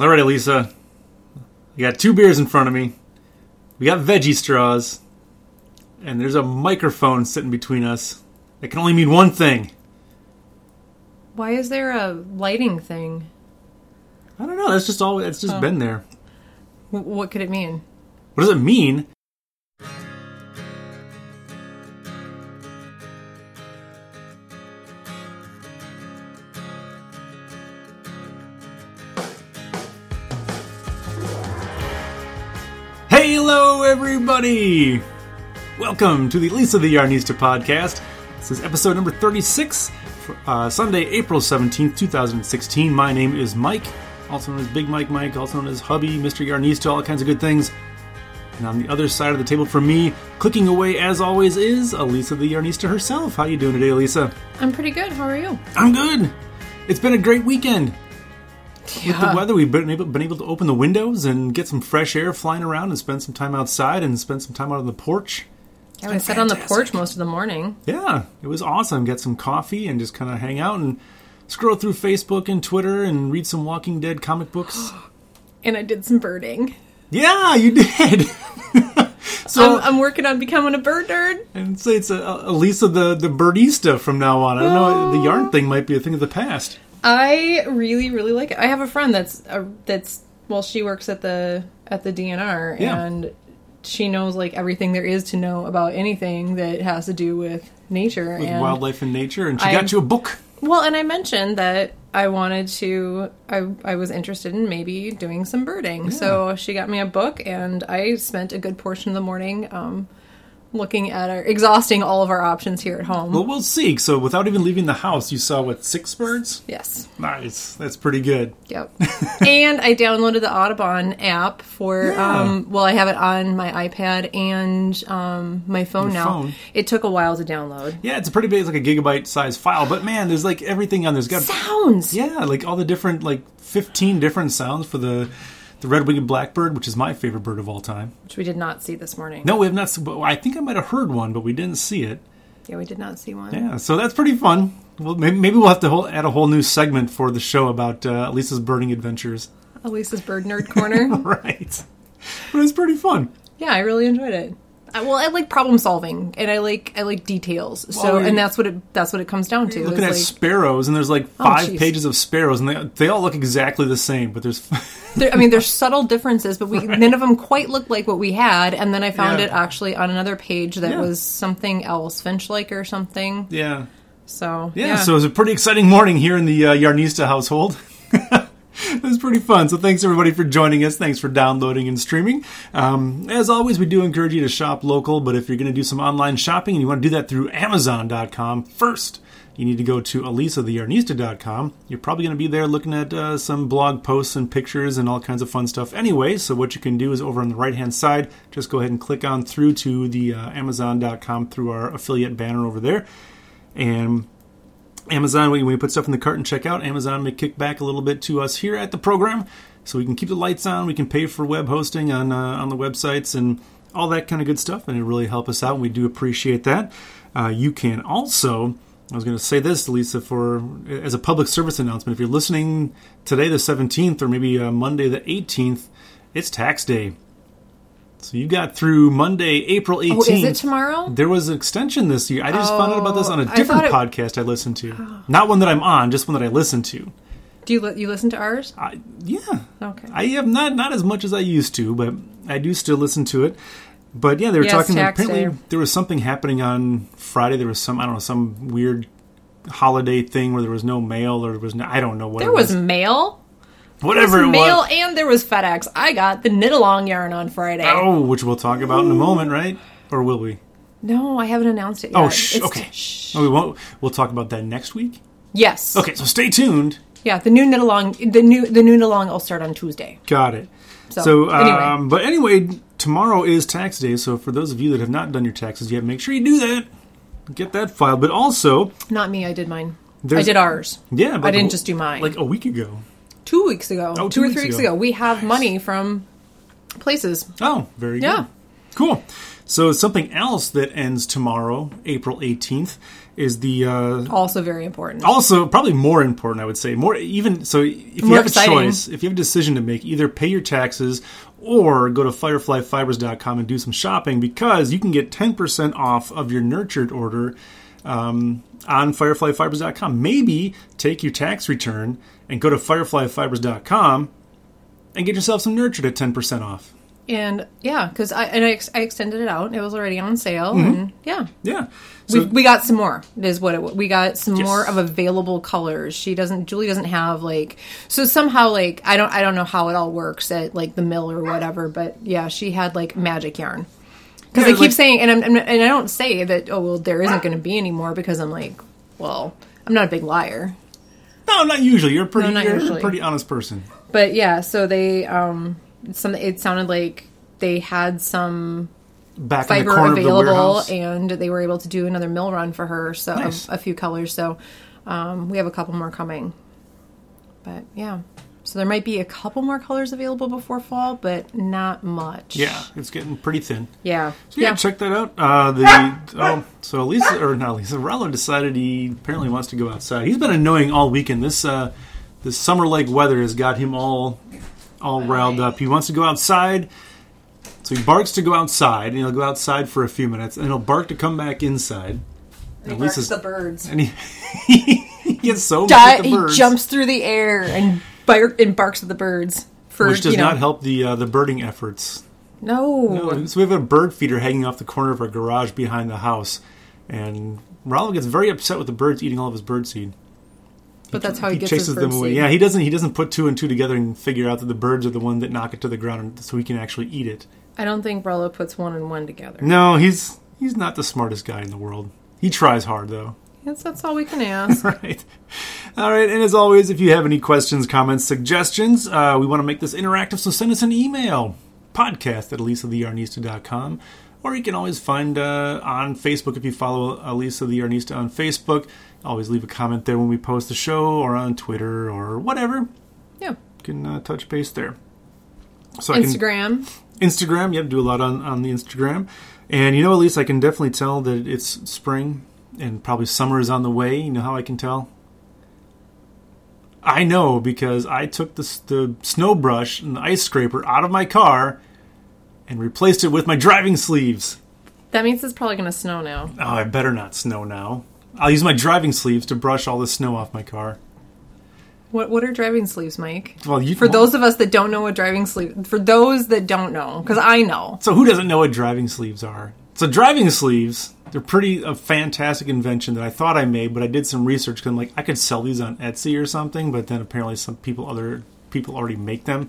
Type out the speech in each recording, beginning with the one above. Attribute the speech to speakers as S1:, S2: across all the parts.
S1: All right, Elisa. You got two beers in front of me. We got veggie straws. And there's a microphone sitting between us. That can only mean one thing.
S2: Why is there a lighting thing?
S1: I don't know. That's just all. That's just been there.
S2: W- what could it mean?
S1: What does it mean? Hey, hello, everybody! Welcome to the Lisa the Yarnista podcast. This is episode number 36 for uh, Sunday, April 17th, 2016. My name is Mike, also known as Big Mike Mike, also known as Hubby, Mr. Yarnista, all kinds of good things. And on the other side of the table from me, clicking away as always, is Elisa the Yarnista herself. How you doing today, Elisa?
S2: I'm pretty good. How are you?
S1: I'm good. It's been a great weekend.
S2: Yeah.
S1: The weather, we've been able, been able to open the windows and get some fresh air flying around and spend some time outside and spend some time out on the porch.
S2: I sat on the porch most of the morning.
S1: Yeah, it was awesome. Get some coffee and just kind of hang out and scroll through Facebook and Twitter and read some Walking Dead comic books.
S2: And I did some birding.
S1: yeah, you did. so
S2: I'm, I'm working on becoming a bird nerd.
S1: and so it's uh, a, a Lisa the the birdista from now on. I don't know. The yarn thing might be a thing of the past.
S2: I really, really like it. I have a friend that's a, that's well, she works at the at the DNR,
S1: Yeah.
S2: and she knows like everything there is to know about anything that has to do with nature
S1: With
S2: and
S1: wildlife and nature, and she
S2: I-
S1: got you a book.
S2: Well, and I mentioned that I wanted to, I, I was interested in maybe doing some birding. So she got me a book, and I spent a good portion of the morning um, looking at our, exhausting all of our options here at home.
S1: Well, we'll see. So without even leaving the house, you saw what six birds.
S2: Yes.
S1: Nice. That's pretty good.
S2: Yep. and I downloaded the Audubon app for,
S1: Yeah.
S2: um, well, I have it on my iPad and um, my phone
S1: Your
S2: now.
S1: phone.
S2: It took a while to download.
S1: Yeah, it's a pretty big, it's like a gigabyte size file. But man, there's like everything on there. It's got
S2: Sounds.
S1: Yeah, like all the different like fifteen different sounds for the the red-winged blackbird, which is my favorite bird of all time.
S2: Which we did not see this morning.
S1: No, we have not. s- well, I think I might have heard one, but we didn't see it.
S2: Yeah, we did not see one.
S1: Yeah, so that's pretty fun. Well, may- maybe we'll have to whole, add a whole new segment for the show about uh, Lisa's birding adventures.
S2: Elisa's Bird Nerd Corner.
S1: Right, but it's pretty fun.
S2: Yeah, I really enjoyed it. I, well, I like problem solving, and I like I like details. So,
S1: Well, you-
S2: and that's what it that's what it comes down to.
S1: Looking at
S2: is like, Oh,
S1: sparrows, and there's like five
S2: jeez.
S1: pages of sparrows, and they they all look exactly the same, but there's
S2: there- I mean, there's subtle differences, but we none of them quite looked like what we had. And then I found
S1: Yeah.
S2: it actually on another page that
S1: Yeah.
S2: was something else, Finch like or something.
S1: yeah.
S2: So
S1: Yeah, so it was a pretty exciting morning here in the uh, Yarnista household. it was pretty fun. So thanks everybody for joining us. Thanks for downloading and streaming. Um, as always, we do encourage you to shop local, but if you're going to do some online shopping and you want to do that through Amazon.com first, you need to go to elisathernista.com. You're probably going to be there looking at uh, some blog posts and pictures and all kinds of fun stuff anyway. So, what you can do is over on the right hand side, just go ahead and click on through to the uh, Amazon.com through our affiliate banner over there. And Amazon, when we put stuff in the cart and check out, Amazon may kick back a little bit to us here at the program, so we can keep the lights on. We can pay for web hosting on uh, on the websites and all that kind of good stuff, and it really help us out. And we do appreciate that. Uh, you can also. I was going to say this, Lisa, for as a public service announcement. If you're listening today, the 17th, or maybe uh, Monday, the 18th, it's tax day. So you got through Monday, April 18th.
S2: oh, is it tomorrow?
S1: There was an extension this year. I just found out about this on a
S2: Oh, I
S1: different
S2: thought
S1: podcast I listened to. Not one that I'm on, just one that I listened to.
S2: Do you li- you listen to ours?
S1: I, yeah.
S2: Okay.
S1: I have not not as much as I used to, but I do still listen to it. But yeah, they were
S2: Yes,
S1: talking
S2: tax
S1: apparently
S2: day.
S1: there was something happening on Friday. There was some I don't know, some weird holiday thing where there was no mail or there was no I don't know what
S2: there
S1: it was.
S2: was mail.
S1: Whatever it
S2: mail
S1: was.
S2: and there was FedEx. I got the knit along yarn on Friday.
S1: Oh, which we'll talk about in a moment, right? Or will we?
S2: No, I haven't announced it yet.
S1: Oh, shh,
S2: Uh, It's-
S1: okay.
S2: shh.
S1: Oh, we won't. We'll talk about that next week.
S2: Yes.
S1: Okay, so stay tuned.
S2: Yeah, the new knit along, the new the new knit along will start on Tuesday.
S1: Got it. So,
S2: So,
S1: um, but anyway, tomorrow is tax day. So for those of you that have not done your taxes yet, make sure you do that. Get that filed. But also,
S2: Not me, I did mine.
S1: There's-
S2: I did ours.
S1: yeah, but
S2: I didn't just do mine.
S1: Like a week ago.
S2: two weeks ago,
S1: Oh, two
S2: two or
S1: weeks
S2: three weeks
S1: ago.
S2: ago, we have money from places.
S1: Oh, very good.
S2: Yeah.
S1: Cool. So something else that ends tomorrow, April 18th, is the uh,
S2: Also very important.
S1: also probably more important i would say more even so if you
S2: More
S1: have
S2: exciting.
S1: a choice if you have a decision to make either pay your taxes or go to fireflyfibers.com and do some shopping because you can get 10% off of your nurtured order um, on fireflyfibers.com maybe take your tax return and go to fireflyfibers.com and get yourself some nurtured at 10% off
S2: And yeah, because I and I, ex- I extended it out. It was already on sale,
S1: Mm-hmm.
S2: and yeah,
S1: yeah
S2: we,
S1: so
S2: we got some more. Is what it, wa- we got some
S1: Yes.
S2: more of available colors. She doesn't. Julie doesn't have like so somehow like I don't I don't know how it all works at like the mill or whatever. But yeah, she had like magic yarn. Because
S1: Yeah,
S2: I keep
S1: like-
S2: saying, and I'm, I'm- and I don't say that. Oh well, there isn't going to be any more because I'm like, well, I'm not a big liar.
S1: no not usually you're a pretty,
S2: No, not
S1: you're
S2: usually.
S1: a pretty honest person
S2: But yeah, so they um, some it sounded like they had some
S1: back in the
S2: fiber
S1: corner of the
S2: available,
S1: warehouse
S2: and they were able to do another mill run for her. So of
S1: Nice.
S2: a, few colors. So um, we have a couple more coming. But yeah, so there might be a couple more colors available before fall, but not much.
S1: yeah it's getting pretty thin
S2: yeah, Ah!
S1: So yeah, check that out. Uh, the oh, so Lisa or not Lisa Rollo decided he apparently wants to go outside. He's been annoying all weekend. This uh, this summer like weather has got him all all riled up. He wants to go outside, so he barks to go outside, and he'll go outside for a few minutes, and he'll bark to come back inside. And Lisa's
S2: the birds.
S1: and he, he gets so mad
S2: Di-
S1: at the
S2: he
S1: birds,
S2: jumps through the air and bar- and barks at the birds for
S1: which does
S2: you know,
S1: not help the uh, the birding efforts.
S2: No,
S1: Oh, So we have a bird feeder hanging off the corner of our garage behind the house, and Rollo gets very upset with the birds eating all of his bird seed.
S2: but that's how Oh, he,
S1: He
S2: gets
S1: chases
S2: his
S1: them
S2: bird
S1: away.
S2: seed.
S1: Yeah, he doesn't. He doesn't put two and two together and figure out that the birds are the one that knock it to the ground, and- so he can actually eat it.
S2: I don't think Rollo puts one and one together.
S1: No, he's he's not the smartest guy in the world. He tries hard though.
S2: That's, that's all we can ask.
S1: right. All right. And as always, if you have any questions, comments, suggestions, uh, we want to make this interactive, so send us an email podcast at elisatheyarnista.com. Or you can always find uh, on Facebook if you follow Elisa the Yarnista on Facebook. Always leave a comment there when we post the show or on Twitter or whatever. You
S2: yeah,
S1: can uh, touch base there. So I can
S2: Instagram.
S1: Instagram. Yep, do a lot on, on the Instagram. And you know, at least I can definitely tell that it's spring and probably summer is on the way. You know how I can tell? I know because I took the, s- the snow brush and the ice scraper out of my car and replaced it with my driving sleeves.
S2: That means it's probably going to snow now.
S1: Oh, I better not snow now. I'll use my driving sleeves to brush all the snow off my car.
S2: What what are driving sleeves, Mike?
S1: Well, you,
S2: For those of us that don't know what driving sleeve, for those that don't know, because I know,
S1: So who doesn't know what driving sleeves are? So driving sleeves, they're pretty a fantastic invention that I thought I made, but I did some research because I'm like I could sell these on Etsy or something, but then apparently some people other people already make them.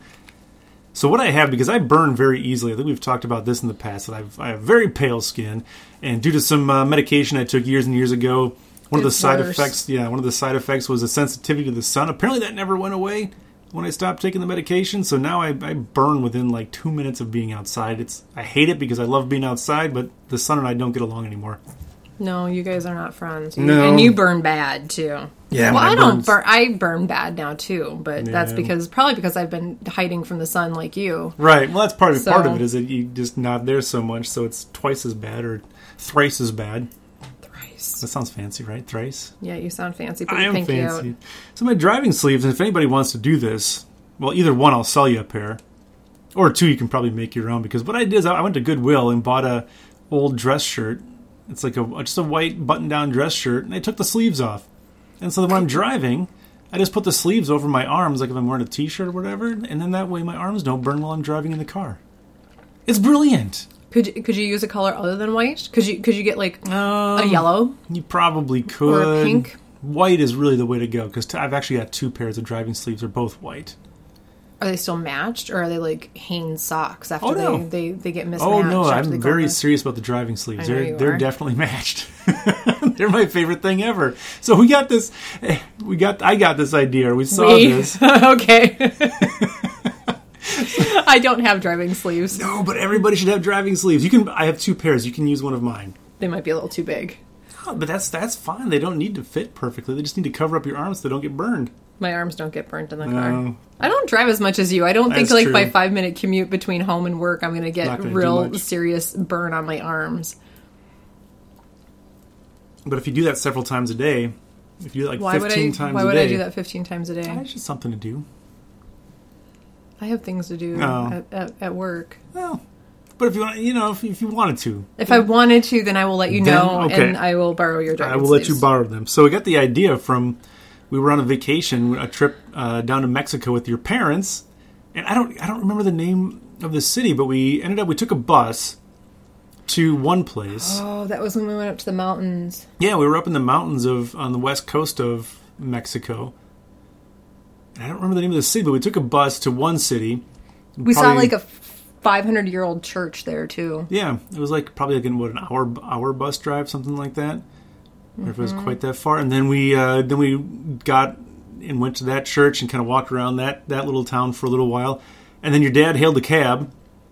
S1: So what I have because I burn very easily. I think we've talked about this in the past that I've, I have very pale skin, and due to some uh, medication I took years and years ago, one of the
S2: It's
S1: side
S2: worse.
S1: effects yeah one of the side effects was a sensitivity to the sun. Apparently that never went away when I stopped taking the medication. So now I, I burn within like two minutes of being outside. It's I hate it because I love being outside, but the sun and I don't get along anymore.
S2: no, you guys are not friends. You-
S1: No.
S2: and you burn bad too.
S1: Yeah,
S2: well,
S1: mine
S2: I don't
S1: burns.
S2: burn. I burn bad now too, but that's
S1: Yeah.
S2: because probably because I've been hiding from the sun like you.
S1: Right. Well, that's part of
S2: So-
S1: part of it is that you just not there so much, so it's twice as bad or thrice as bad.
S2: Thrice.
S1: That sounds fancy, right? Thrice.
S2: Yeah, you sound fancy, but
S1: I am
S2: thank
S1: fancy.
S2: you.
S1: So my driving sleeves, and if anybody wants to do this, well, either one, I'll sell you a pair, or two, you can probably make your own. Because what I did is I I went to Goodwill and bought a old dress shirt. It's like a just a white button-down dress shirt, and I took the sleeves off. And so when I'm driving, I just put the sleeves over my arms, like if I'm wearing a t-shirt or whatever, and then that way my arms don't burn while I'm driving in the car. It's brilliant.
S2: Could you- could you use a color other than white? Could you could you get like a
S1: Um,
S2: yellow?
S1: You probably could.
S2: pink.
S1: White is really the way to go because t- I've actually got two pairs of driving sleeves. They're both white.
S2: Are they still matched, or are they like Hanes socks after
S1: Oh, no.
S2: they, they they get mismatched?
S1: Oh no,
S2: after they
S1: I'm
S2: go
S1: very
S2: back?
S1: serious about the driving sleeves.
S2: I know
S1: They're
S2: you
S1: they're
S2: are.
S1: definitely matched. they're my favorite thing ever. So we got this. eh, We got I got this idea. or We saw
S2: We-
S1: this.
S2: okay. I don't have driving sleeves.
S1: No, but everybody should have driving sleeves. You can. I have two pairs. You can use one of mine.
S2: They might be a little too big.
S1: Oh, but that's that's fine. They don't need to fit perfectly. They just need to cover up your arms so they don't get burned.
S2: My arms don't get burnt in the car.
S1: No.
S2: I don't drive as much as you. I don't think
S1: That's
S2: like my
S1: true.
S2: five minute commute between home and work, I'm going to get
S1: Not gonna do
S2: real
S1: much.
S2: serious burn on my arms.
S1: But if you do that several times a day, if you do it like
S2: Why would I?
S1: 15 times
S2: Why
S1: a
S2: would
S1: day,
S2: I do that 15 times a day?
S1: That's just something to do.
S2: I have things to do
S1: Oh.
S2: at, at, at work.
S1: Well, but if you want, you know, if, if you wanted to,
S2: If I wanted to, then I will let you
S1: Then-
S2: know,
S1: okay.
S2: and I will borrow your
S1: I
S2: dragon.
S1: will let you
S2: sleeves.
S1: borrow them. So we got the idea from we were on a vacation, a trip uh, down to Mexico with your parents, and I don't I don't remember the name of the city, but we ended up we took a bus to one place.
S2: Oh, that was when we went up to the mountains.
S1: Yeah, we were up in the mountains of on the west coast of Mexico. And I don't remember the name of the city, but we took a bus to one city.
S2: We saw
S1: Probably-
S2: like a 500 year old church there too.
S1: Yeah, it was like probably like in what an hour hour bus drive, something like that. Or if it was
S2: Mm-hmm.
S1: quite that far, and then we uh, then we got and went to that church and kind of walked around that that little town for a little while, and then your dad hailed a cab,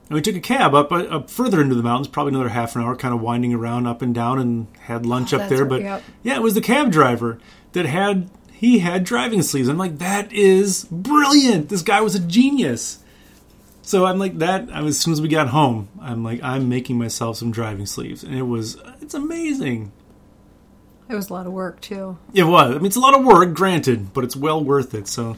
S1: and we took a cab up uh, up further into the mountains, probably another half an hour, kind of winding around up and down, and had lunch up
S2: Oh, that's
S1: there.
S2: right,
S1: But
S2: yep.
S1: yeah, it was the cab driver that had he had driving sleeves. I'm like, that is brilliant. This guy was a genius. So I'm like that. I was, as soon as we got home, I'm like, I'm making myself some driving sleeves, and it was it's amazing.
S2: It was a lot of work too.
S1: It was. I mean, it's a lot of work, granted, but it's well worth it. So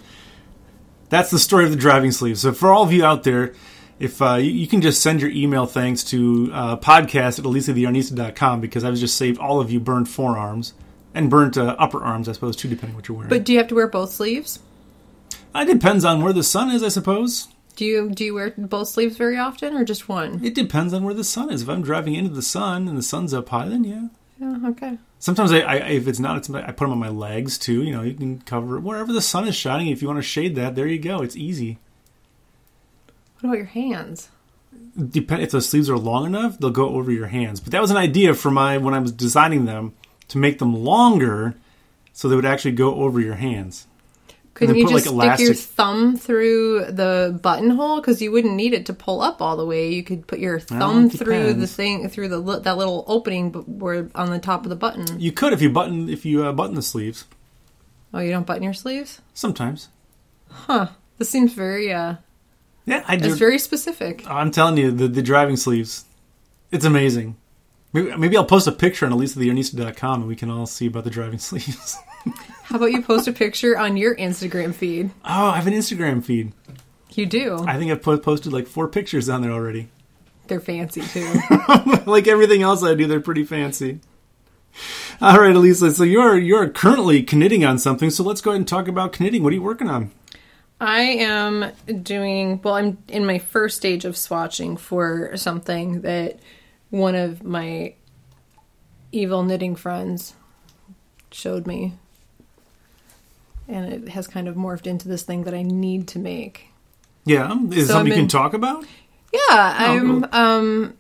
S1: that's the story of the driving sleeves. So for all of you out there, if uh, you, you can just send your email thanks to uh, podcast at elisathearnista.com because I've just saved all of you burnt forearms and burnt uh, upper arms, I suppose, too, depending what you're wearing. Uh,
S2: But do you have to wear both sleeves?
S1: it depends on where the sun is, I suppose.
S2: Do you do you wear both sleeves very often or just one?
S1: It depends on where the sun is. If I'm driving into the sun and the sun's up high, then yeah.
S2: Yeah, okay.
S1: Sometimes I, I if it's not, it's, I put them on my legs too. You know, you can cover it wherever the sun is shining. If you want to shade that, there you go. It's easy.
S2: What about your hands?
S1: depend if the sleeves are long enough, they'll go over your hands. But that was an idea for my when I was designing them to make them longer so they would actually go over your hands.
S2: Couldn't
S1: they
S2: you
S1: put,
S2: just
S1: like,
S2: stick your
S1: elastic-
S2: thumb through the buttonhole because you wouldn't need it to pull up all the way? You could put your thumb
S1: it
S2: through the
S1: depends.
S2: thing through the li- that little opening b- where on the top of the button.
S1: You could if you button if you uh, button the sleeves
S2: Oh, you don't button your sleeves?
S1: sometimes.
S2: This seems very uh,
S1: Yeah, I do.
S2: it's very specific.
S1: I'm telling you, the, the driving sleeves, it's amazing. Maybe, maybe I'll post a picture on elisathearnista.com and we can all see about the driving sleeves.
S2: How about you post a picture on your Instagram feed?
S1: oh, I have an Instagram feed.
S2: You do.
S1: I think I've po- posted like four pictures on there already.
S2: They're fancy too.
S1: like everything else I do, they're pretty fancy. All right, Elisa. So you're you're currently knitting on something. So let's go ahead and talk about knitting. What are you working on?
S2: I am doing well. I'm in my first stage of swatching for something that one of my evil knitting friends showed me, and it has kind of morphed into this thing that I need to make.
S1: Yeah, is it
S2: So
S1: something you
S2: I'm
S1: can
S2: in-
S1: talk about?
S2: Yeah,
S1: Oh,
S2: I'm. Um,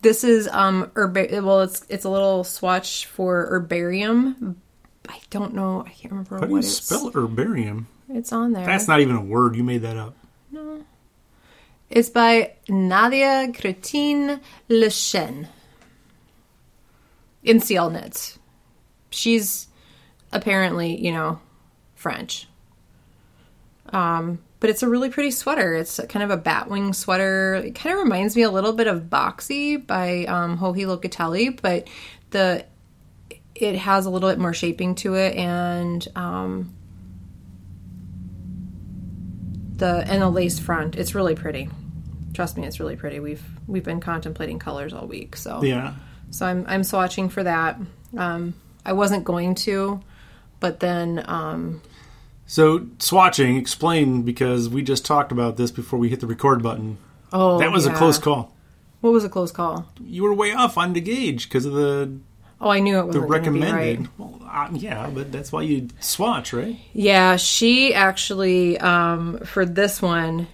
S2: this is um herba- Well, it's it's a little swatch for herbarium. I don't know. I can't remember
S1: How do you
S2: what it's.
S1: spell herbarium?
S2: It's on there.
S1: That's not even a word. You made that up.
S2: It's by Nadia Cretin Le Chen in Seal Knits. She's apparently, you know, French. Um, but it's a really pretty sweater. It's kind of a batwing sweater. It kind of reminds me a little bit of Boxy by um, Hohi Locatelli, but the it has a little bit more shaping to it and um, the and a lace front. It's really pretty. Trust me, it's really pretty. We've we've been contemplating colors all week, so
S1: Yeah,
S2: so I'm I'm swatching for that. Um, I wasn't going to, but then um,
S1: So swatching, explain because we just talked about this before we hit the record button.
S2: oh
S1: that was a
S2: yeah.
S1: close call.
S2: What was a close call?
S1: You were way off on the gauge because of the,
S2: Oh, I knew it was
S1: the
S2: not
S1: recommended.
S2: Be right.
S1: Well, uh, yeah, but that's why you swatch, right?
S2: Yeah, she actually um, for this one.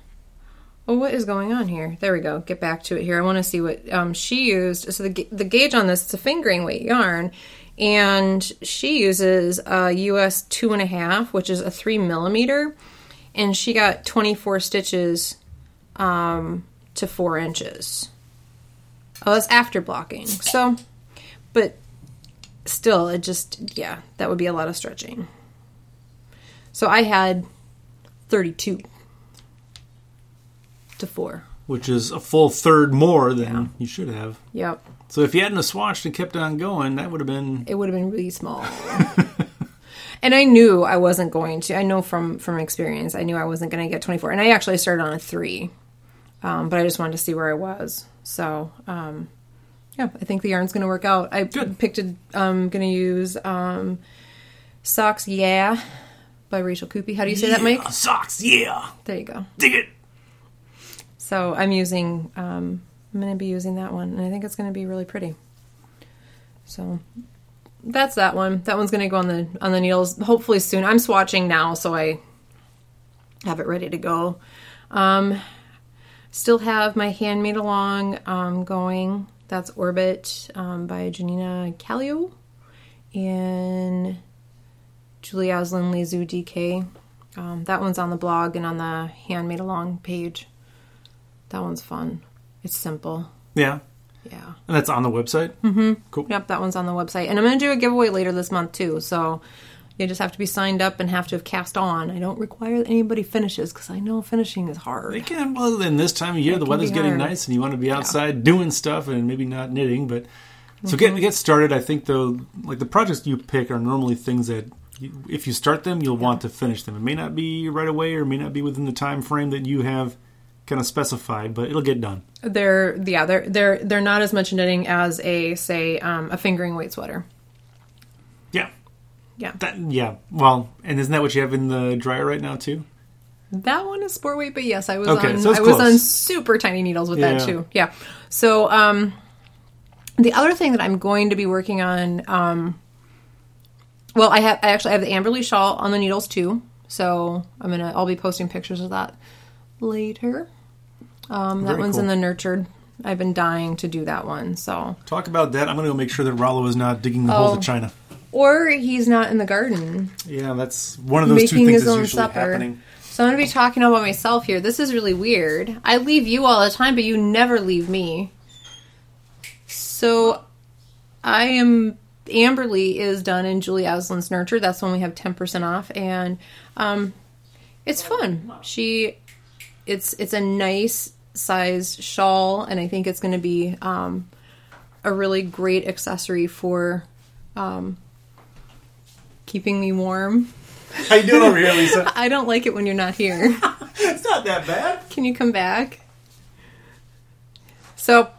S2: Oh, what is going on here? There we go. Get back to it here. I want to see what um, she used. So the ga- the gauge on this, it's a fingering weight yarn, and she uses a US two and a half, which is a three millimeter, and she got twenty four stitches um, to four inches. Oh, that's after blocking. So, but still, it just yeah, that would be a lot of stretching. So I had 32 to 4.
S1: which is a full third more than you should have.
S2: Yep.
S1: So if you hadn't have swatched and kept on going, that would have been
S2: it would have been really small. and I knew I wasn't going to. I know from from experience, I knew I wasn't going to get 24. And I actually started on a three, um, but I just wanted to see where I was. So um, yeah, I think the yarn's going to work out. I picked a. I'm going to use um, socks. Yeah, by Rachel Coopy. How do you say that, Mike?
S1: Yeah, Socks, yeah,
S2: There you go.
S1: dig it.
S2: So I'm using. Um, I'm going to be using that one, and I think it's going to be really pretty. So that's that one. That one's going to go on the on the needles hopefully soon. I'm swatching now, so I have it ready to go. Um, still have my handmade along um, going. That's Orbit um, by Janina Callio and Julie Aslin Lizu DK. Um, that one's on the blog and on the handmade along page. That one's fun. It's simple.
S1: Yeah,
S2: Yeah.
S1: and that's on the website.
S2: Mm-hmm. Yep, that one's on the website. And I'm going to do a giveaway later this month, too. So you just have to be signed up and have to have cast on. I don't require that anybody finishes because I know finishing is hard.
S1: It can, well, then this time of year, the
S2: can
S1: weather's
S2: be
S1: getting
S2: hard.
S1: nice, and you want to be outside doing stuff and maybe not knitting. But
S2: Mm-hmm.
S1: so get get started. I think though, like the projects you pick are normally things that you, if you start them, you'll want to finish them. It may not be right away, or may not be within the time frame that you have kind of specified, but it'll get done.
S2: They're yeah, they're they're they're not as much knitting as a say um, a fingering weight sweater.
S1: Yeah,
S2: Yeah, that,
S1: that yeah. Well, and isn't that what you have in the dryer right now too?
S2: one is sport weight, but yes, I was
S1: Okay,
S2: on
S1: so
S2: I
S1: it's
S2: was
S1: close.
S2: on super tiny needles with
S1: Yeah.
S2: that too. Yeah. So um, the other thing that I'm going to be working on, um, well, I have I actually have the Amberley shawl on the needles too. So I'm gonna I'll be posting pictures of that later. Um, that
S1: Very
S2: one's in
S1: cool.
S2: the nurtured. I've been dying to do that one. So
S1: Talk about that. I'm going to go make sure that Rollo is not digging the hole
S2: Oh.
S1: to China.
S2: or he's not in the garden.
S1: Yeah, that's one of those two
S2: making
S1: things
S2: his
S1: that's
S2: own
S1: usually
S2: supper.
S1: happening.
S2: So I'm gonna be talking about myself here. This is really weird. I leave you all the time, but you never leave me. So I am Amberly is done in Julie Aslin's Nurture. That's when we have ten percent off, and um, it's fun. She, it's it's a nice size shawl, and I think it's going to be um, a really great accessory for um, keeping me warm.
S1: How you doing over here, Lisa?
S2: I don't like it when you're not here.
S1: it's not that bad.
S2: Can you come back? So,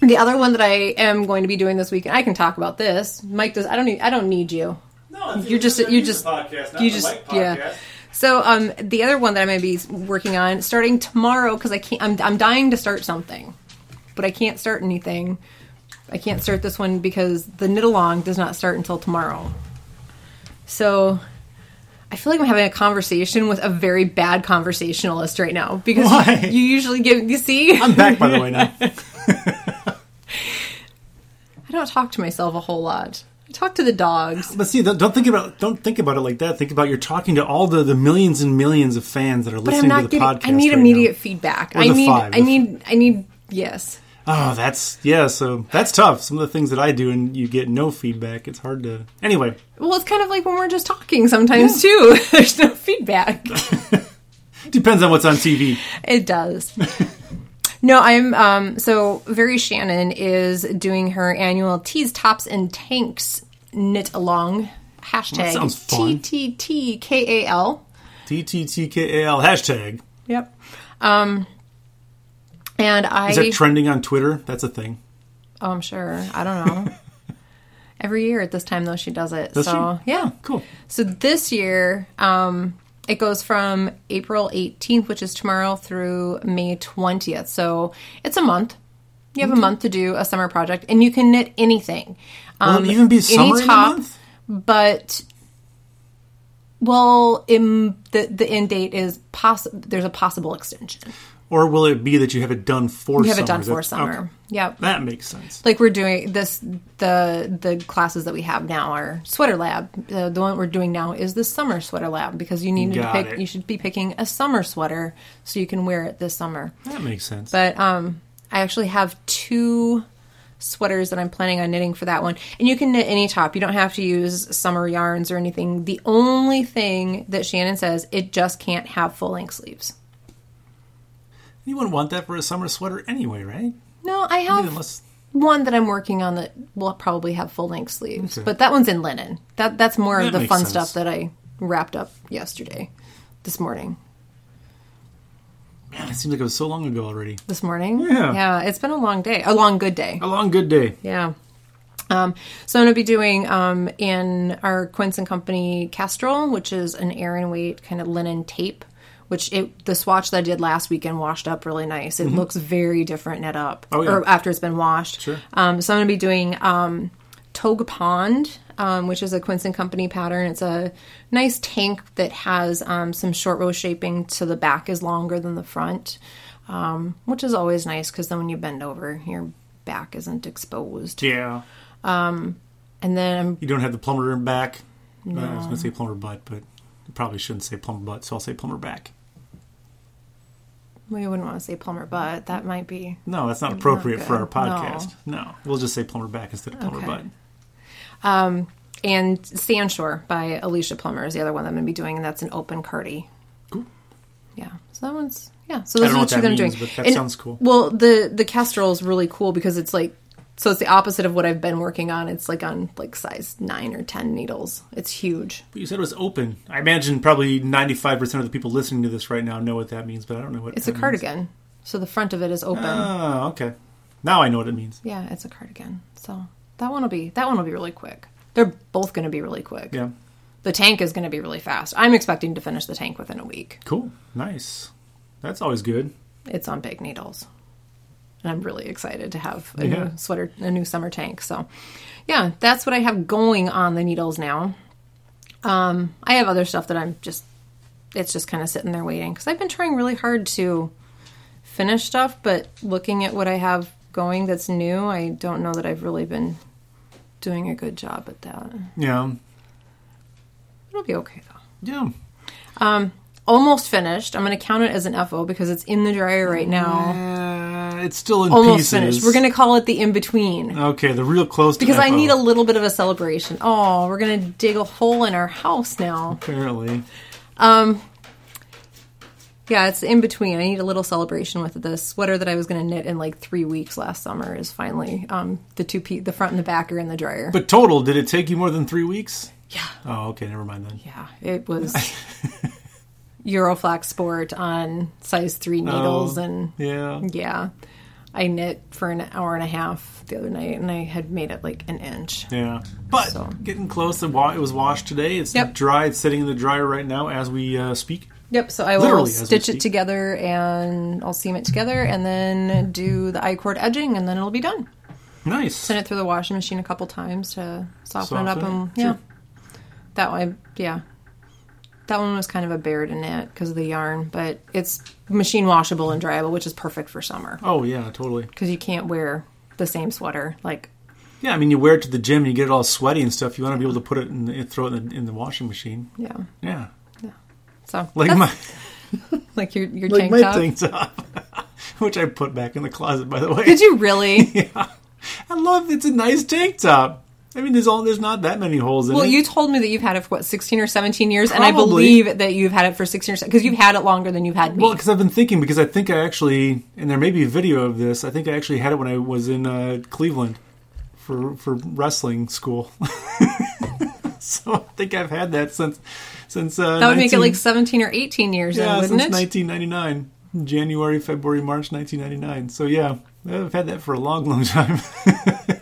S2: the other one that I am going to be doing this weekend, I can talk about this. Mike does. I don't need. I don't need you.
S1: No, it's-
S2: You're
S1: it's
S2: just-
S1: a-
S2: you're
S1: it's a
S2: just-
S1: podcast, not
S2: you
S1: the
S2: just
S1: Mike
S2: yeah.
S1: podcast.
S2: So um, the other one that I'm going to be working on starting tomorrow because I can't. I'm I'm dying to start something, but I can't start anything. I can't start this one because the knit along does not start until tomorrow. So. I feel like I'm having a conversation with a very bad conversationalist right now because
S1: Why?
S2: You, you usually give you see
S1: I'm back by the way now.
S2: I don't talk to myself a whole lot. I talk to the dogs.
S1: But see, don't don't think about don't think about it like that. Think about you're talking to all the, the millions and millions of fans that are
S2: But
S1: listening
S2: I'm not
S1: to the
S2: getting.
S1: podcast.
S2: I need
S1: right
S2: immediate feedback.
S1: Or
S2: I
S1: the
S2: need.
S1: five,
S2: I
S1: the-
S2: need. I need. Yes.
S1: now. Oh, that's yeah. So that's tough. Some of the things that I do, and you get no feedback. It's hard to. Anyway,
S2: Well, it's kind of like when we're just talking sometimes too. There's no feedback.
S1: depends on what's on TV.
S2: It does. no, I'm um so Very Shannon is doing her annual tees, tops, and tanks knit along hashtag
S1: sounds fun.
S2: TTTKAL.
S1: TTTKAL hashtag.
S2: Yep. Um, and I
S1: Is that trending on Twitter? That's a thing.
S2: Oh, I'm sure. I don't know. Every year at this time, though, she does it.
S1: Does
S2: so,
S1: she?
S2: yeah.
S1: Cool.
S2: So this year, um, it goes from April 18th, which is tomorrow, through May 20th. So it's a month. You have a month to do a summer project, and you can knit anything. Um,
S1: Will it even be summer in a month?
S2: but well, in, the the end date is possible. There's a possible extension.
S1: Or will it be that you have it done for?
S2: You have
S1: summer?
S2: it done for
S1: That's-
S2: summer.
S1: okay.
S2: Yep.
S1: That makes sense.
S2: like we're doing this the the classes that we have now are sweater lab the, the one we're doing now is the summer sweater lab because you need
S1: Got
S2: to pick
S1: it.
S2: you should be picking a summer sweater so you can wear it this summer
S1: That makes sense.
S2: but um i actually have two sweaters that i'm planning on knitting for that one and you can knit any top you don't have to use summer yarns or anything the only thing that shannon says it just can't have full length sleeves
S1: You wouldn't want that for a summer sweater anyway, right?
S2: No, I
S1: I mean,
S2: have
S1: Unless
S2: one that I'm working on that will probably have full length sleeves,
S1: Okay.
S2: but that one's in linen. That that's more
S1: That
S2: of the
S1: makes
S2: fun
S1: sense.
S2: stuff that I wrapped up yesterday, this morning.
S1: man, it seems like it was so long ago already.
S2: This morning,
S1: Yeah.
S2: it's been a long day, a long good day.
S1: A long good day.
S2: Yeah. Um, so I'm going to be doing um, in our Quince and Company Castrol, which is an air and weight kind of linen tape, which it, the swatch that I did last weekend washed up really nice. It looks very different knit up
S1: Mm-hmm. Oh, yeah.
S2: or after it's been washed.
S1: Sure.
S2: Um, so I'm going to be doing um, Toga Pond, um, which is a Quince and Company pattern. It's a nice tank that has um, some short row shaping, so the back is longer than the front, um, which is always nice because then when you bend over, your back isn't exposed.
S1: Yeah.
S2: And then
S1: You don't have the plumber back. Uh, I was going to say plumber butt, but I probably shouldn't say plumber butt, so I'll say plumber back.
S2: we wouldn't want to say plumber butt. That might be.
S1: No, that's not appropriate for our
S2: good. No.
S1: podcast. No. we'll just say plumber back instead of plumber
S2: Okay.
S1: butt.
S2: um, And Sandshore by Alicia Plummer is the other one that I'm going to be doing, and that's an open cardi.
S1: Cool.
S2: Yeah. So that one's yeah. So
S1: I don't
S2: those are
S1: know
S2: the
S1: what
S2: two
S1: that
S2: that I'm doing.
S1: means, but that
S2: And-
S1: sounds cool.
S2: Well, the the Kestrel is really cool because it's like so it's the opposite of what I've been working on. It's like on like size nine or ten needles. It's huge.
S1: But you said it was open. I imagine probably 95% of the people listening to this right now know what that means, but I don't know what
S2: It's
S1: that
S2: a
S1: means.
S2: cardigan, so the front of it is open.
S1: Oh, okay. Now I know what it means.
S2: yeah, it's a cardigan. So that one will be that one will be really quick. They're both going to be really quick.
S1: Yeah.
S2: The tank is going to be really fast. I'm expecting to finish the tank within a week.
S1: Cool. Nice. That's always good.
S2: It's on big needles. And I'm really excited to have a
S1: Yeah.
S2: new sweater, a new summer tank. So, yeah, that's what I have going on the needles now. Um, I have other stuff that I'm just, it's just kind of sitting there waiting because I've been trying really hard to finish stuff, but looking at what I have going that's new, I don't know that I've really been doing a good job at that.
S1: Yeah.
S2: It'll be okay though.
S1: Yeah.
S2: almost finished. I'm going to count it as an FO because it's in the dryer right now.
S1: Uh, it's still in
S2: Almost
S1: pieces.
S2: finished. We're going to call it the in between
S1: Okay, the real close to
S2: because I
S1: FO,
S2: need a little bit of a celebration. Oh, we're going to dig a hole in our house now.
S1: Apparently.
S2: Yeah, it's in between. I need a little celebration with the sweater that I was going to knit in like three weeks last summer is finally um, the two piece, the front and the back are in the dryer.
S1: But total, did it take you more than three weeks?
S2: yeah,
S1: Oh, okay, never mind then.
S2: yeah, it was Euroflax Sport on size three needles
S1: Oh.
S2: and
S1: Yeah.
S2: Yeah. I knit for an hour and a half the other night and I had made it like an inch.
S1: Yeah. But
S2: So-
S1: getting close. The wa- it was washed today. It's
S2: Yep.
S1: dry. It's sitting in the dryer right now as we uh, speak.
S2: Yep, so I will
S1: Literally, as we
S2: stitch
S1: speak.
S2: it together and I'll seam it together and then do the I cord edging and then it'll be done.
S1: Nice.
S2: Send it through the washing machine a couple times to soften it up
S1: Soften
S2: and
S1: it,
S2: yeah.
S1: sure.
S2: That one yeah. That one was kind of a bear to knit because of the yarn, but it's machine washable and dryable, which is perfect for summer
S1: Oh yeah, totally.
S2: because you can't wear the same sweater like
S1: Yeah, I mean, you wear it to the gym and you get it all sweaty and stuff. You want to be able to put it in, the, throw it in the, in the washing machine.
S2: yeah.
S1: Yeah,
S2: So
S1: like
S2: that's-
S1: my
S2: like your your
S1: like
S2: tank
S1: my
S2: top.
S1: tank top, which I put back in the closet. By the way,
S2: Did you really?
S1: I love it's a nice tank top. I mean, there's all there's not that many holes in
S2: Well,
S1: it.
S2: you told me that you've had it for what 16 or 17 years, and I
S1: Probably.
S2: believe that you've had it for 16 or 17 because you've had it longer than you've had me.
S1: Well, because I've been thinking, because I think I actually, and there may be a video of this. I think I actually had it when I was in uh, Cleveland for for wrestling school. so I think I've had that since since uh,
S2: that would make it
S1: 19
S2: like 17 or 18 years,
S1: yeah,
S2: then,
S1: since
S2: wouldn't it?
S1: 1999, January, February, March, 1999. So yeah, I've had that for a long, long time.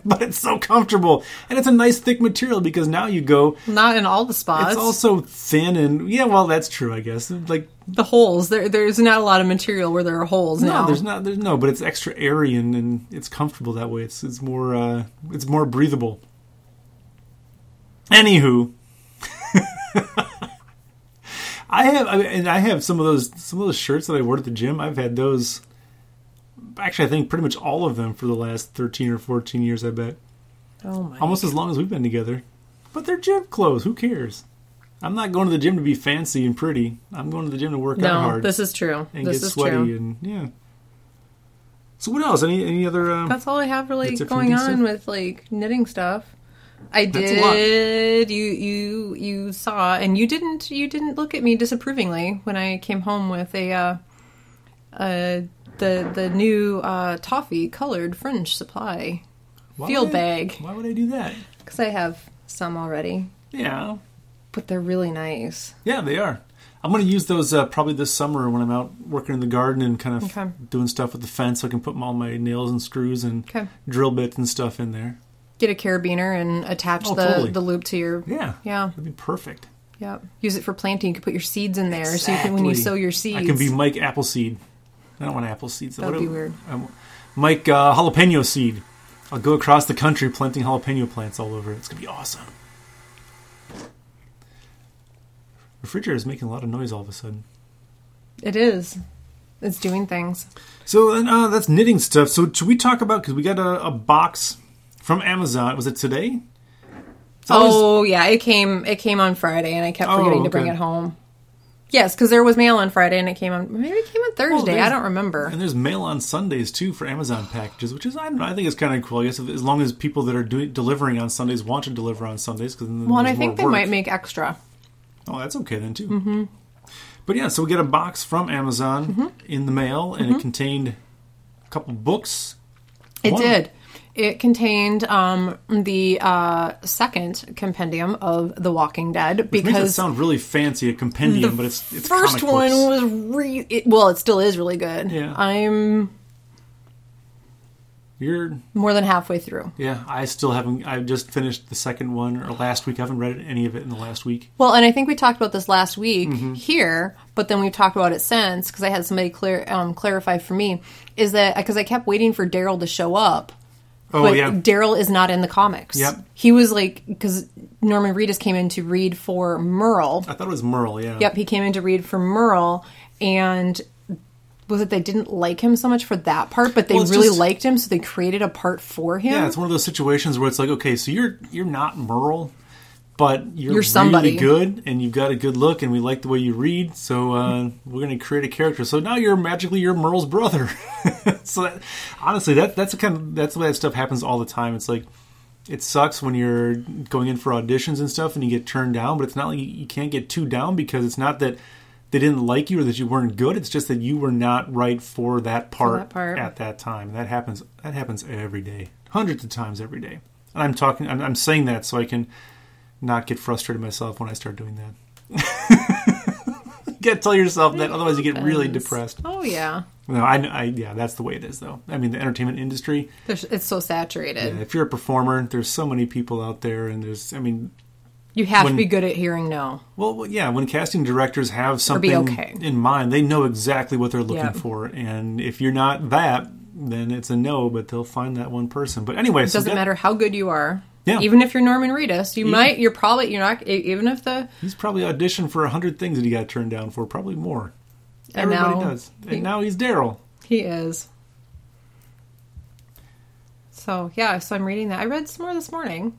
S1: but it's so comfortable, and it's a nice thick material because now you go.
S2: Not in all the spots.
S1: It's also thin and yeah, well, that's true, I guess. Like
S2: the holes. There, there's not a lot of material where there are holes
S1: No,
S2: now.
S1: there's not. There's no, but it's extra airy and, and it's comfortable that way. It's it's more uh, it's more breathable. Anywho, I have I, and I have some of those some of those shirts that I wore at the gym. I've had those. Actually, I think pretty much all of them for the last thirteen or fourteen years. I bet
S2: oh my!
S1: almost as long as we've been together. But they're gym clothes. Who cares? I'm not going to the gym to be fancy and pretty. I'm going to the gym to work out
S2: no,
S1: hard
S2: this is true.
S1: and
S2: This
S1: get
S2: is
S1: sweaty
S2: true.
S1: and yeah. So what else? Any any other? Um,
S2: That's all I have really
S1: That's it for
S2: going
S1: knitting
S2: on
S1: stuff?
S2: with like knitting stuff. I
S1: That's a lot.
S2: did. You you you saw, and you didn't. You didn't look at me disapprovingly when I came home with a uh, a the the new uh, toffee colored French supply
S1: Why
S2: field
S1: would I-
S2: bag
S1: Why would I do that?
S2: because I have some already,
S1: Yeah.
S2: but they're really nice.
S1: Yeah, they are. I'm going to use those uh, probably this summer when I'm out working in the garden and kind of
S2: Okay.
S1: doing stuff with the fence. So I can put all my nails and screws and
S2: Okay.
S1: drill bits and stuff in there.
S2: Get a carabiner and attach
S1: Oh,
S2: the
S1: totally.
S2: the loop to your
S1: Yeah.
S2: Yeah.
S1: That'd be perfect.
S2: yeah. Use it for planting. You can put your seeds in there, so you can when you
S1: Exactly.
S2: sow your seeds.
S1: I can be Mike Appleseed. I don't want apple seeds.
S2: That'd
S1: What
S2: be
S1: do-
S2: weird.
S1: I'm- Mike uh, Jalapeno Seed. I'll go across the country planting jalapeno plants all over. it. It's going to be awesome. Refrigerator is making a lot of noise all of a sudden.
S2: It is. It's doing things.
S1: So then, uh, that's knitting stuff. So should we talk about because we got a, a box from Amazon? Was it today? It's always-
S2: Oh yeah, it came it came on Friday, and I kept
S1: Oh,
S2: forgetting to bring
S1: okay.
S2: it home. Yes, because there was mail on Friday, and it came on maybe it came on Thursday. I
S1: there's-
S2: don't remember.
S1: and there's mail on Sundays too for Amazon packages, which is I don't know. I think it's kind of cool. I guess if- as long as people that are doing delivering on Sundays want to deliver on Sundays, because then
S2: Well, and I
S1: there's
S2: think they
S1: more work.
S2: might make extra.
S1: Oh, that's okay then too. Mm-hmm. But yeah, so we got a box from Amazon
S2: Mm-hmm.
S1: in the mail, and it contained a couple books.
S2: It
S1: One-
S2: did. It contained um, the uh, second compendium of The Walking Dead
S1: It makes it
S2: because
S1: sound really fancy, a compendium, but it's it's
S2: first
S1: comic
S2: one
S1: books.
S2: was re- it, well, it still is really good.
S1: Yeah.
S2: I'm
S1: You're
S2: more than halfway through.
S1: Yeah, I still haven't. I just finished the second one or last week. I haven't read any of it in the last week.
S2: Well, and I think we talked about this last week
S1: Mm-hmm.
S2: here, but then we've talked about it since because I had somebody clear um, clarify for me is that because I kept waiting for Daryl to show up.
S1: Oh
S2: but
S1: yeah,
S2: Daryl is not in the comics.
S1: Yep.
S2: He was like because Norman Reedus came in to read for Merle.
S1: I thought it was Merle. Yeah.
S2: Yep, he came in to read for Merle, and was it they didn't like him so much for that part, but they
S1: Well, it's
S2: really
S1: just-
S2: liked him, so they created a part for him.
S1: Yeah, it's one of those situations where it's like, okay, so you're you're not Merle, but you're,
S2: You're somebody.
S1: really good, and you've got a good look, and we like the way you read. So uh, we're going to create a character. So now you're magically you're Merle's brother. so that, honestly, that that's the kind of that's the way that stuff happens all the time. It's like. It sucks when you're going in for auditions and stuff and you get turned down, but it's not like you, you can't get too down because it's not that they didn't like you or that you weren't good. It's just that you were not right for that part
S2: that part.
S1: at that time. That happens. That happens every day, hundreds of times every day. And I'm talking. I'm, I'm saying that so I can not get frustrated myself when I start doing that. you gotta tell yourself that, otherwise you get really depressed.
S2: Oh yeah,
S1: No, I, I, yeah, that's the way it is, though. I mean, the entertainment industry.
S2: There's, it's so saturated.
S1: If you're a performer, there's so many people out there, and there's, I mean,
S2: You have
S1: When-
S2: to be good at hearing no.
S1: Well, well, yeah, when casting directors have
S2: be
S1: something
S2: okay.
S1: in mind, they know exactly what they're looking
S2: Yeah.
S1: for. And if you're not that, then it's a no, but they'll find that one person. But anyway,
S2: It doesn't matter how good you are.
S1: Yeah.
S2: Even if you're Norman Reedus, you might. You're probably you're not. e- Even if the
S1: He's probably auditioned for a 100 things that he got turned down for, probably more.
S2: And
S1: Everybody
S2: now
S1: does. And now he's Daryl.
S2: he is. So yeah, so I'm reading that. I read some more this morning.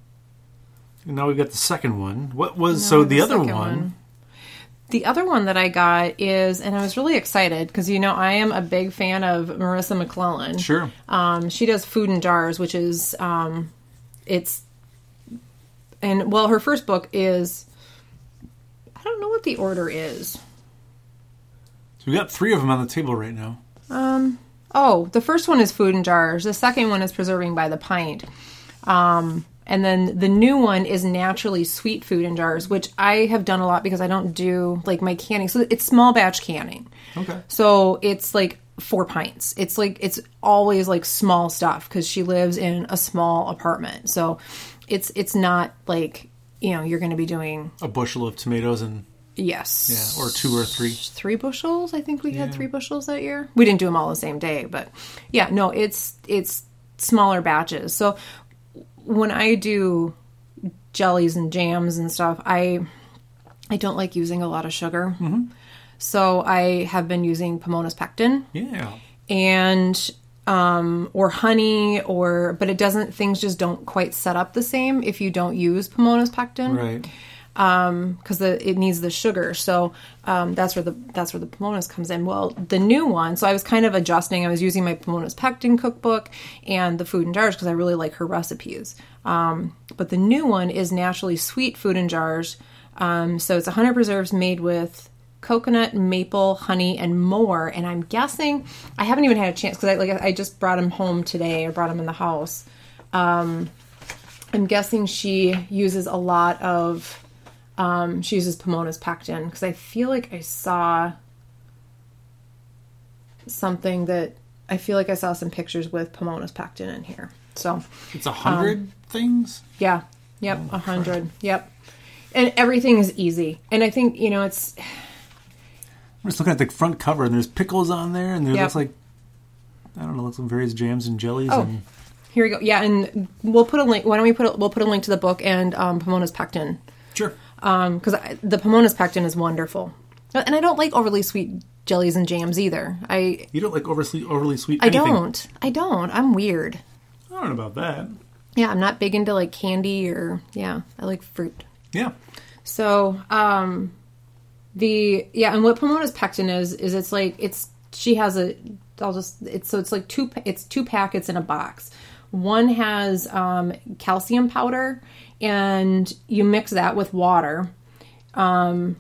S1: And now we've got the second one. What was,
S2: Now
S1: so
S2: the
S1: the, other
S2: second
S1: one,
S2: one. The other one that I got is, and I was really excited because you know I am a big fan of Marissa McClellan.
S1: sure.
S2: Um, she does Food in Jars, which is um, it's and well, her first book is I don't know what the order is.
S1: So we've got three of them on the table right now.
S2: Oh, the first one is Food in Jars. The second one is Preserving by the Pint. Um, and then the new one is Naturally Sweet Food in Jars, which I have done a lot because I don't do like my canning. So it's small batch canning.
S1: Okay.
S2: So it's like four pints. It's like it's always like small stuff because she lives in a small apartment. So it's it's not like you know you're going to be doing
S1: A bushel of tomatoes and, yeah,
S2: yes
S1: or two or three.
S2: three bushels. I think we had three bushels that year. We didn't do them all the same day, but yeah, no, it's it's smaller batches. So when I do jellies and jams and stuff, I I don't like using a lot of sugar. So I have been using Pomona's pectin
S1: Yeah.
S2: and um or honey or but it doesn't things just don't quite set up the same if you don't use Pomona's pectin
S1: Right.
S2: because um, the it needs the sugar. So um, that's where the that's where the Pomonas comes in. Well, the new one. So I was kind of adjusting. I was using my Pomonas Pectin cookbook and the Food in Jars because I really like her recipes. Um, but the new one is naturally sweet Food in Jars. Um, so it's 100 preserves made with coconut, maple, honey, and more. And I'm guessing I haven't even had a chance because I like I just brought them home today. I brought them in the house. Um, I'm guessing she uses a lot of. Um, she uses Pomona's pectin because I feel like I saw something that I feel like I saw some pictures with Pomona's pectin in here. So
S1: It's a hundred
S2: Um,
S1: things.
S2: yeah. Yep. A hundred. Yep. And everything is easy. And I think, you know, it's
S1: I'm just looking at the front cover, and there's pickles on there, and there
S2: Yeah.
S1: looks like I don't know, looks like various jams and jellies.
S2: Oh,
S1: and
S2: here we go. Yeah, and we'll put a link. Why don't we put a, we'll put a link to the book and um, Pomona's pectin
S1: sure.
S2: because the Pomona's pectin is wonderful. And I don't like overly sweet jellies and jams either. I
S1: You don't like overly overly sweet.
S2: I
S1: anything.
S2: don't. I don't. I'm weird.
S1: I don't know about that.
S2: Yeah, I'm not big into like candy or yeah. I like fruit.
S1: Yeah.
S2: So, um, the yeah, and what Pomona's pectin is is it's like it's she has a I'll just it's so it's like two pa- it's two packets in a box. One has um, calcium powder, and you mix that with water, um,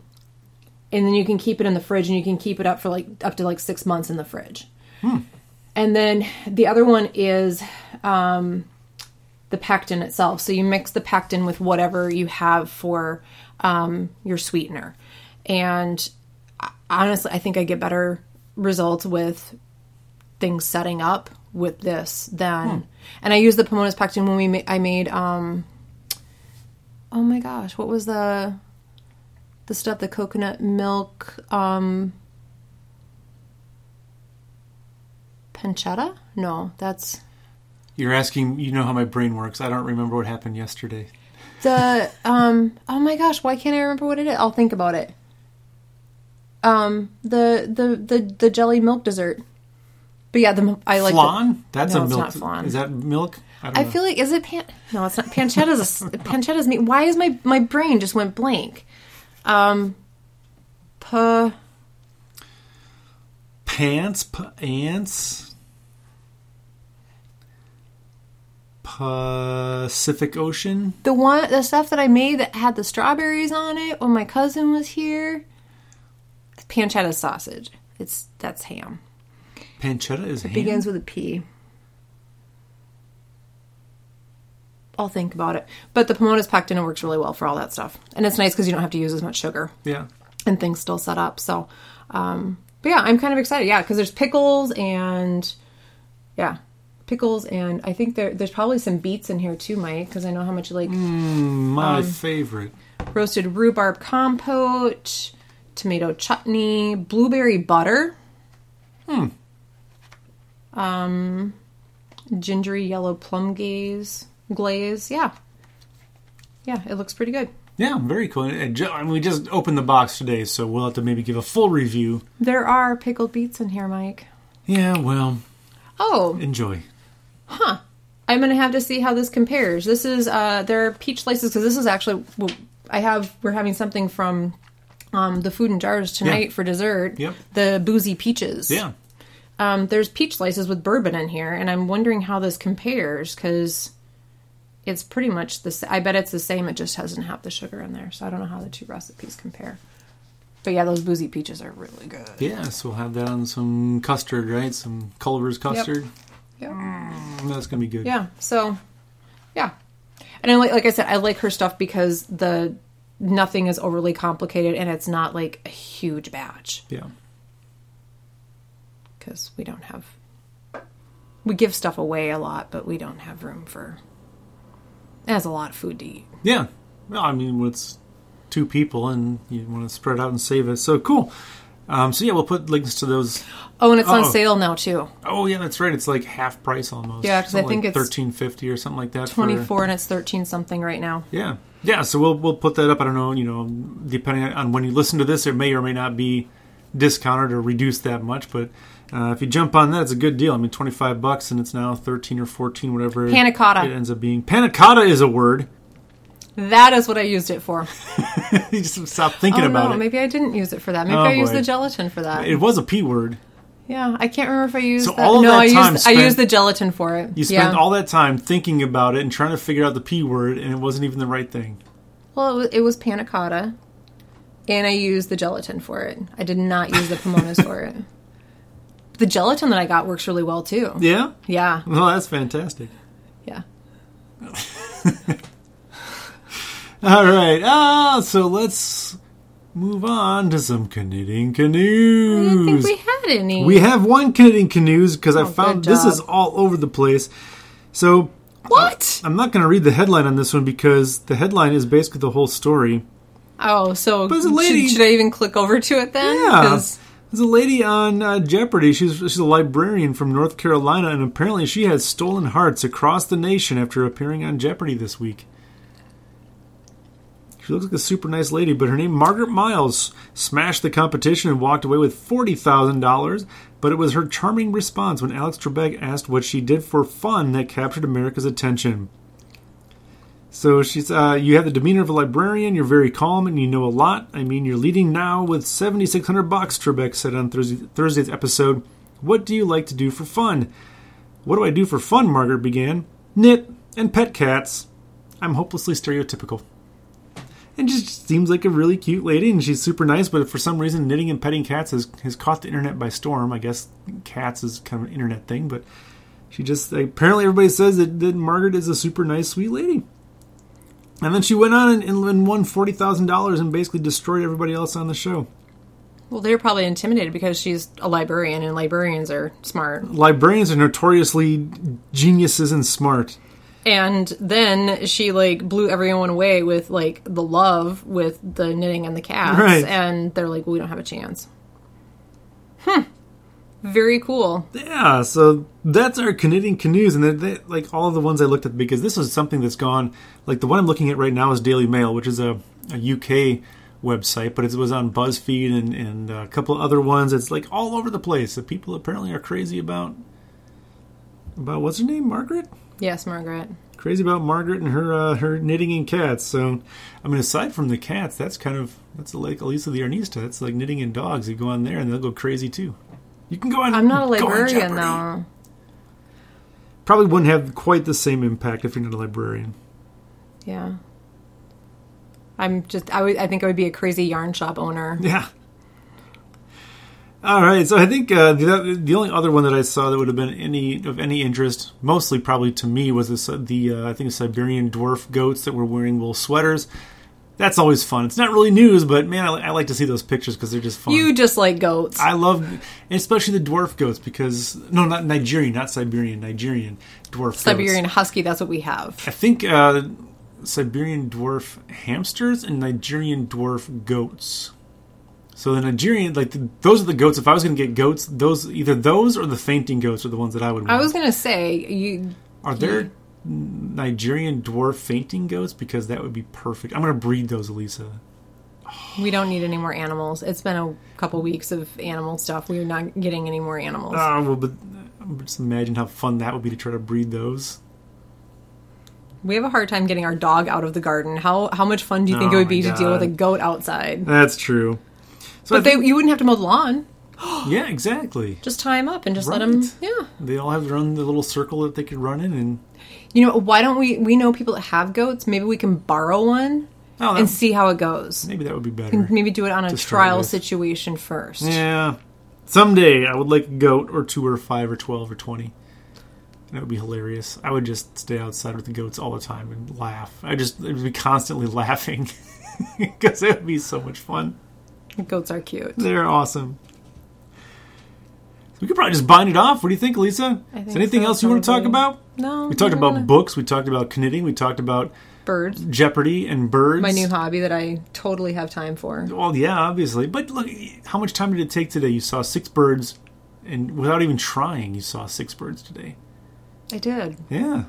S2: and then you can keep it in the fridge, and you can keep it up for like up to like six months in the fridge. Hmm. And then the other one is the pectin itself. So you mix the pectin with whatever you have for um, your sweetener. And I- honestly, I think I get better results with things setting up with this than. And I used the Pomona's pectin when we ma- I made. Um, oh my gosh, what was the the stuff? The coconut milk. Um, pancetta? No, that's
S1: You're asking. You know how my brain works. I don't remember what happened yesterday.
S2: the um oh my gosh why can't i remember what it is i'll think about it um the the the, the jelly milk dessert but yeah the i like the-
S1: flan? That's
S2: No,
S1: a
S2: it's
S1: milk.
S2: not flan.
S1: Is that milk? don't
S2: i
S1: know.
S2: feel like is it pan no it's not pancetta's a s- pancetta's meat why is my my brain just went blank um pa
S1: pants, pants. Pacific Ocean.
S2: the one the stuff that i made that had the strawberries on it when my cousin was here pancetta sausage it's that's ham
S1: Pancetta is ham.
S2: begins with a P. I'll think about it. But the Pomona's pectin works really well for all that stuff. And it's nice because you don't have to use as much sugar
S1: yeah.
S2: and things still set up. So, um, but yeah, I'm kind of excited. Yeah, because there's pickles and, yeah, pickles. And I think there, there's probably some beets in here too, Mike, because I know how much you like Um,
S1: My favorite.
S2: roasted rhubarb compote, tomato chutney, blueberry butter. Hmm. Um, gingery yellow plum glaze. Glaze, yeah, yeah. It looks pretty good.
S1: Yeah, very cool. And ju- and we just opened the box today, so we'll have to maybe give a full review.
S2: There are pickled beets in here, Mike.
S1: Yeah, well,
S2: Oh,
S1: enjoy.
S2: I'm gonna have to see how this compares. This is uh, their peach slices because this is actually well, I have we're having something from um, the food and jars tonight
S1: Yeah.
S2: for dessert.
S1: Yep.
S2: The boozy peaches.
S1: Yeah.
S2: Um, there's peach slices with bourbon in here, and I'm wondering how this compares because it's pretty much the. sa- I bet it's the same. It just doesn't have the sugar in there, so I don't know how the two recipes compare. But yeah, those boozy peaches are really good.
S1: Yes, we'll have that on some custard, right? Some Culver's custard.
S2: Yep.
S1: Mm, that's going to be good.
S2: Yeah. So, yeah, and I like like I said, I like her stuff because the nothing is overly complicated, and it's not like a huge batch
S1: Yeah.
S2: because we don't have. We give stuff away a lot, but we don't have room for. That's a lot of food to eat.
S1: Yeah. Well, I mean, when it's two people and you want to spread out and save it. So cool. Um, so yeah, we'll put links to those.
S2: Oh, and it's on
S1: Uh-oh.
S2: sale now too.
S1: Oh yeah, that's right. It's like half price almost.
S2: Yeah, 'cause I
S1: Something like
S2: think it's
S1: thirteen fifty or something like that. for-
S2: Twenty four and it's thirteen something right now.
S1: yeah, yeah. So we'll we'll put that up. I don't know. You know, depending on when you listen to this, it may or may not be discounted or reduced that much. But uh, if you jump on that, it's a good deal. I mean, twenty five bucks, and it's now thirteen or fourteen, whatever
S2: Panna cotta.
S1: it ends up being. Panna cotta is a word.
S2: That is what I used it for.
S1: you just stop thinking
S2: Oh
S1: about
S2: no,
S1: it.
S2: maybe I didn't use it for that. Maybe
S1: Oh,
S2: I used
S1: boy.
S2: the gelatin for that.
S1: It was a p word.
S2: yeah, I can't remember if I used.
S1: So
S2: that.
S1: all of
S2: no,
S1: that
S2: I
S1: time
S2: used I
S1: spent-
S2: used the gelatin for it.
S1: You spent
S2: yeah.
S1: all that time thinking about it and trying to figure out the p word, and it wasn't even the right thing.
S2: Well, it was, it was panna cotta. and I used the gelatin for it. I did not use the pomonas for it. The gelatin that I got works really well too.
S1: Yeah?
S2: Yeah,
S1: Well, that's fantastic.
S2: yeah.
S1: All right. Ah, so let's move on to some Canadian
S2: I didn't think
S1: canoes.
S2: we had any.
S1: We have one Canadian canoes because I
S2: Oh, good
S1: found this
S2: job.
S1: is all over the place. So
S2: what?
S1: I'm not going to read the headline on this one because the headline is basically the whole story.
S2: Oh, so
S1: it's a lady-
S2: should, should I even click over to it then?
S1: Yeah.
S2: 'Cause-
S1: There's a lady on uh, Jeopardy. She's she's a librarian from North Carolina, and apparently she has stolen hearts across the nation after appearing on Jeopardy this week. She looks like a super nice lady, but her name Margaret Miles smashed the competition and walked away with forty thousand dollars. But it was her charming response when Alex Trebek asked what she did for fun that captured America's attention. So she's, uh, you have the demeanor of a librarian. You're very calm and you know a lot. I mean, you're leading now with 7,600 bucks. Trebek said on Thursday, Thursday's episode. What do you like to do for fun? What do I do for fun? Margaret began. Knit and pet cats. I'm hopelessly stereotypical. And just seems like a really cute lady, and she's super nice. But for some reason, knitting and petting cats has, has caught the internet by storm. I guess cats is kind of an internet thing, but she just apparently everybody says that, that Margaret is a super nice, sweet lady. And then she went on and, and, and won forty thousand dollars and basically destroyed everybody else on the show.
S2: well, they're probably intimidated because she's a librarian, and librarians are smart.
S1: Librarians are notoriously geniuses and smart.
S2: And then she like blew everyone away with like the love with the knitting and the cats,
S1: Right.
S2: and they're like, we don't have a chance. Hmm. Very cool.
S1: Yeah, so that's our Canadian canoes, and they're, they like all the ones I looked at because this is something that's gone. Like the one I'm looking at right now is Daily Mail, which is a, a UK website, but it was on BuzzFeed and, and a couple other ones. It's like all over the place that people apparently are crazy about. About what's her name, Margaret?
S2: Yes, Margaret.
S1: crazy about Margaret and her uh, her knitting and cats. So, I mean, aside from the cats, that's kind of that's like Elisa the Arnista. That's like knitting and dogs. You go on there and they'll go crazy too. You can go on.
S2: I'm not a
S1: go on
S2: librarian
S1: Jeopardy.
S2: though.
S1: Probably wouldn't have quite the same impact if you're not a librarian.
S2: Yeah. I'm just. I would. I think I would be a crazy yarn shop owner.
S1: Yeah. All right, so I think uh, the the only other one that I saw that would have been any of any interest, mostly probably to me, was this, the uh, I think Siberian dwarf goats that were wearing wool sweaters. That's always fun. It's not really news, but man, I, I like to see those pictures because they're just fun.
S2: You just like goats.
S1: I love, and especially the dwarf goats because no, not Nigerian, not Siberian, Nigerian dwarf
S2: Siberian
S1: goats.
S2: husky. That's what we have.
S1: I think uh, Siberian dwarf hamsters and Nigerian dwarf goats. So the Nigerian, like the, those are the goats. If I was going to get goats, those either those or the fainting goats are the ones that I would want.
S2: I was gonna say you.
S1: are there Nigerian dwarf fainting goats? Because that would be perfect. I'm going to breed those, Elisa.
S2: We don't need any more animals. It's been a couple weeks of animal stuff. We're not getting any more animals.
S1: Ah, well, but uh, just imagine how fun that would be to try to breed those.
S2: We have a hard time getting our dog out of the garden. How how much fun do you think it
S1: Oh
S2: would be
S1: my
S2: to deal with a
S1: God.
S2: goat outside?
S1: That's true. So I
S2: But they, you wouldn't have to mow the lawn.
S1: Yeah, exactly.
S2: Just tie him up and just let him.
S1: Right.
S2: Yeah.
S1: They all have their own little circle that they could run in, and
S2: You know why don't we? We know people that have goats. Maybe we can borrow one
S1: oh, that,
S2: and Mm-hmm. see how it goes.
S1: maybe that would be better.
S2: Maybe do it on a
S1: start
S2: trial
S1: with.
S2: situation first.
S1: yeah, someday I would like a goat or two or five or twelve or twenty. That would be hilarious. I would just stay outside with the goats all the time and laugh. I just I'd be constantly laughing because it would be so much fun.
S2: Goats are cute.
S1: They're awesome. We could probably just bind it off. What do you think, Lisa?
S2: I
S1: Is
S2: think
S1: anything
S2: so,
S1: else you want to talk
S2: probably.
S1: about?
S2: No.
S1: We talked
S2: no,
S1: about
S2: no.
S1: books. We talked about knitting. We talked about
S2: birds.
S1: Jeopardy and birds.
S2: My new hobby that I totally have time for.
S1: Well, yeah, obviously. But look, how much time did it take today? You saw six birds, and without even trying, you saw six birds today.
S2: I did.
S1: Yeah.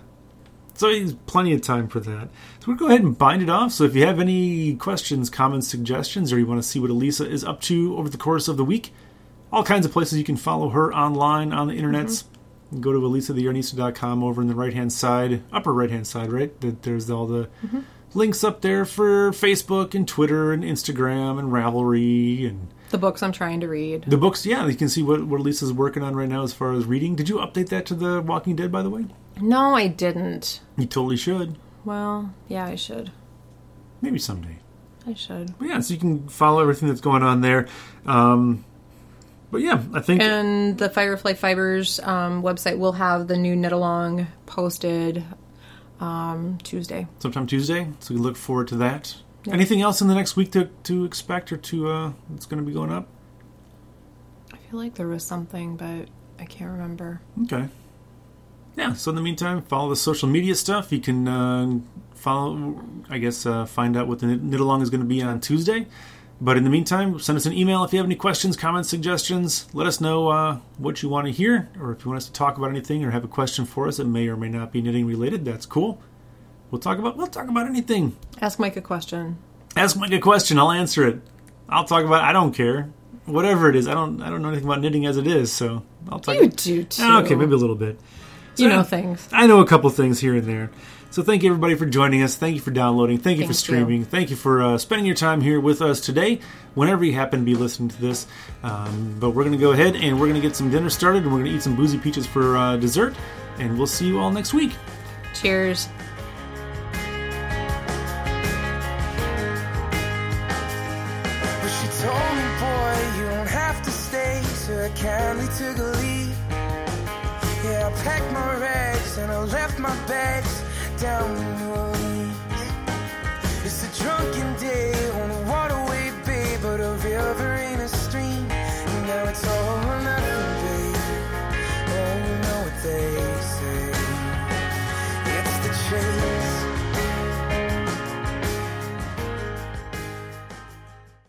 S1: So there's plenty of time for that. So we'll go ahead and bind it off. So if you have any questions, comments, suggestions, or you want to see what Elisa is up to over the course of the week, all kinds of places you can follow her online on the internets. Go to elisathearnista.com over in the right hand side, upper right hand side, right? That there's all the links up there for Facebook and Twitter and Instagram and Ravelry and
S2: The books I'm trying to read.
S1: the books. Yeah, you can see what, what Elisa's working on right now as far as reading. Did you update that to The Walking Dead, by the way?
S2: No, I didn't.
S1: You totally should.
S2: Well, yeah, I should.
S1: Maybe someday.
S2: I should.
S1: But yeah, so you can follow everything that's going on there. Um, but yeah, I think
S2: And the Firefly Fibers um, website will have the new knit along posted um, Tuesday.
S1: sometime Tuesday. So we look forward to that. Anything else in the next week to, to expect or to uh, that's going to be going up?
S2: I feel like there was something, but I can't remember.
S1: Okay. Yeah. So in the meantime, follow the social media stuff. You can uh, follow, I guess, uh, find out what the knit along is going to be on Tuesday. But in the meantime, send us an email if you have any questions, comments, suggestions. Let us know uh, what you want to hear, or if you want us to talk about anything, or have a question for us that may or may not be knitting related. That's cool. We'll talk about we'll talk about anything.
S2: Ask Mike a question.
S1: Ask Mike a question. I'll answer it. I'll talk about. I don't care. Whatever it is, I don't. I don't know anything about knitting as it is. So I'll talk.
S2: You do too.
S1: Okay, maybe a little bit. So,
S2: You know
S1: yeah,
S2: things.
S1: I know a couple things here and there. So thank you everybody for joining us. Thank you for downloading. Thank you for
S2: Thank
S1: streaming. Thank you for uh, spending your time here with us today. Whenever you happen to be listening to this, um, but we're gonna go ahead and we're gonna get some dinner started and we're gonna eat some boozy peaches for uh, dessert. And we'll see you all next week.
S2: Cheers.
S3: But she told me, boy, you don't have to stay, so I kindly took a leave. Yeah, I packed my rags and I left my bags down in New Orleans. It's a drunken day on a waterway, babe, but a river ain't a stream. And now it's all or nothing, babe. Oh, you know what they say. It's the trailer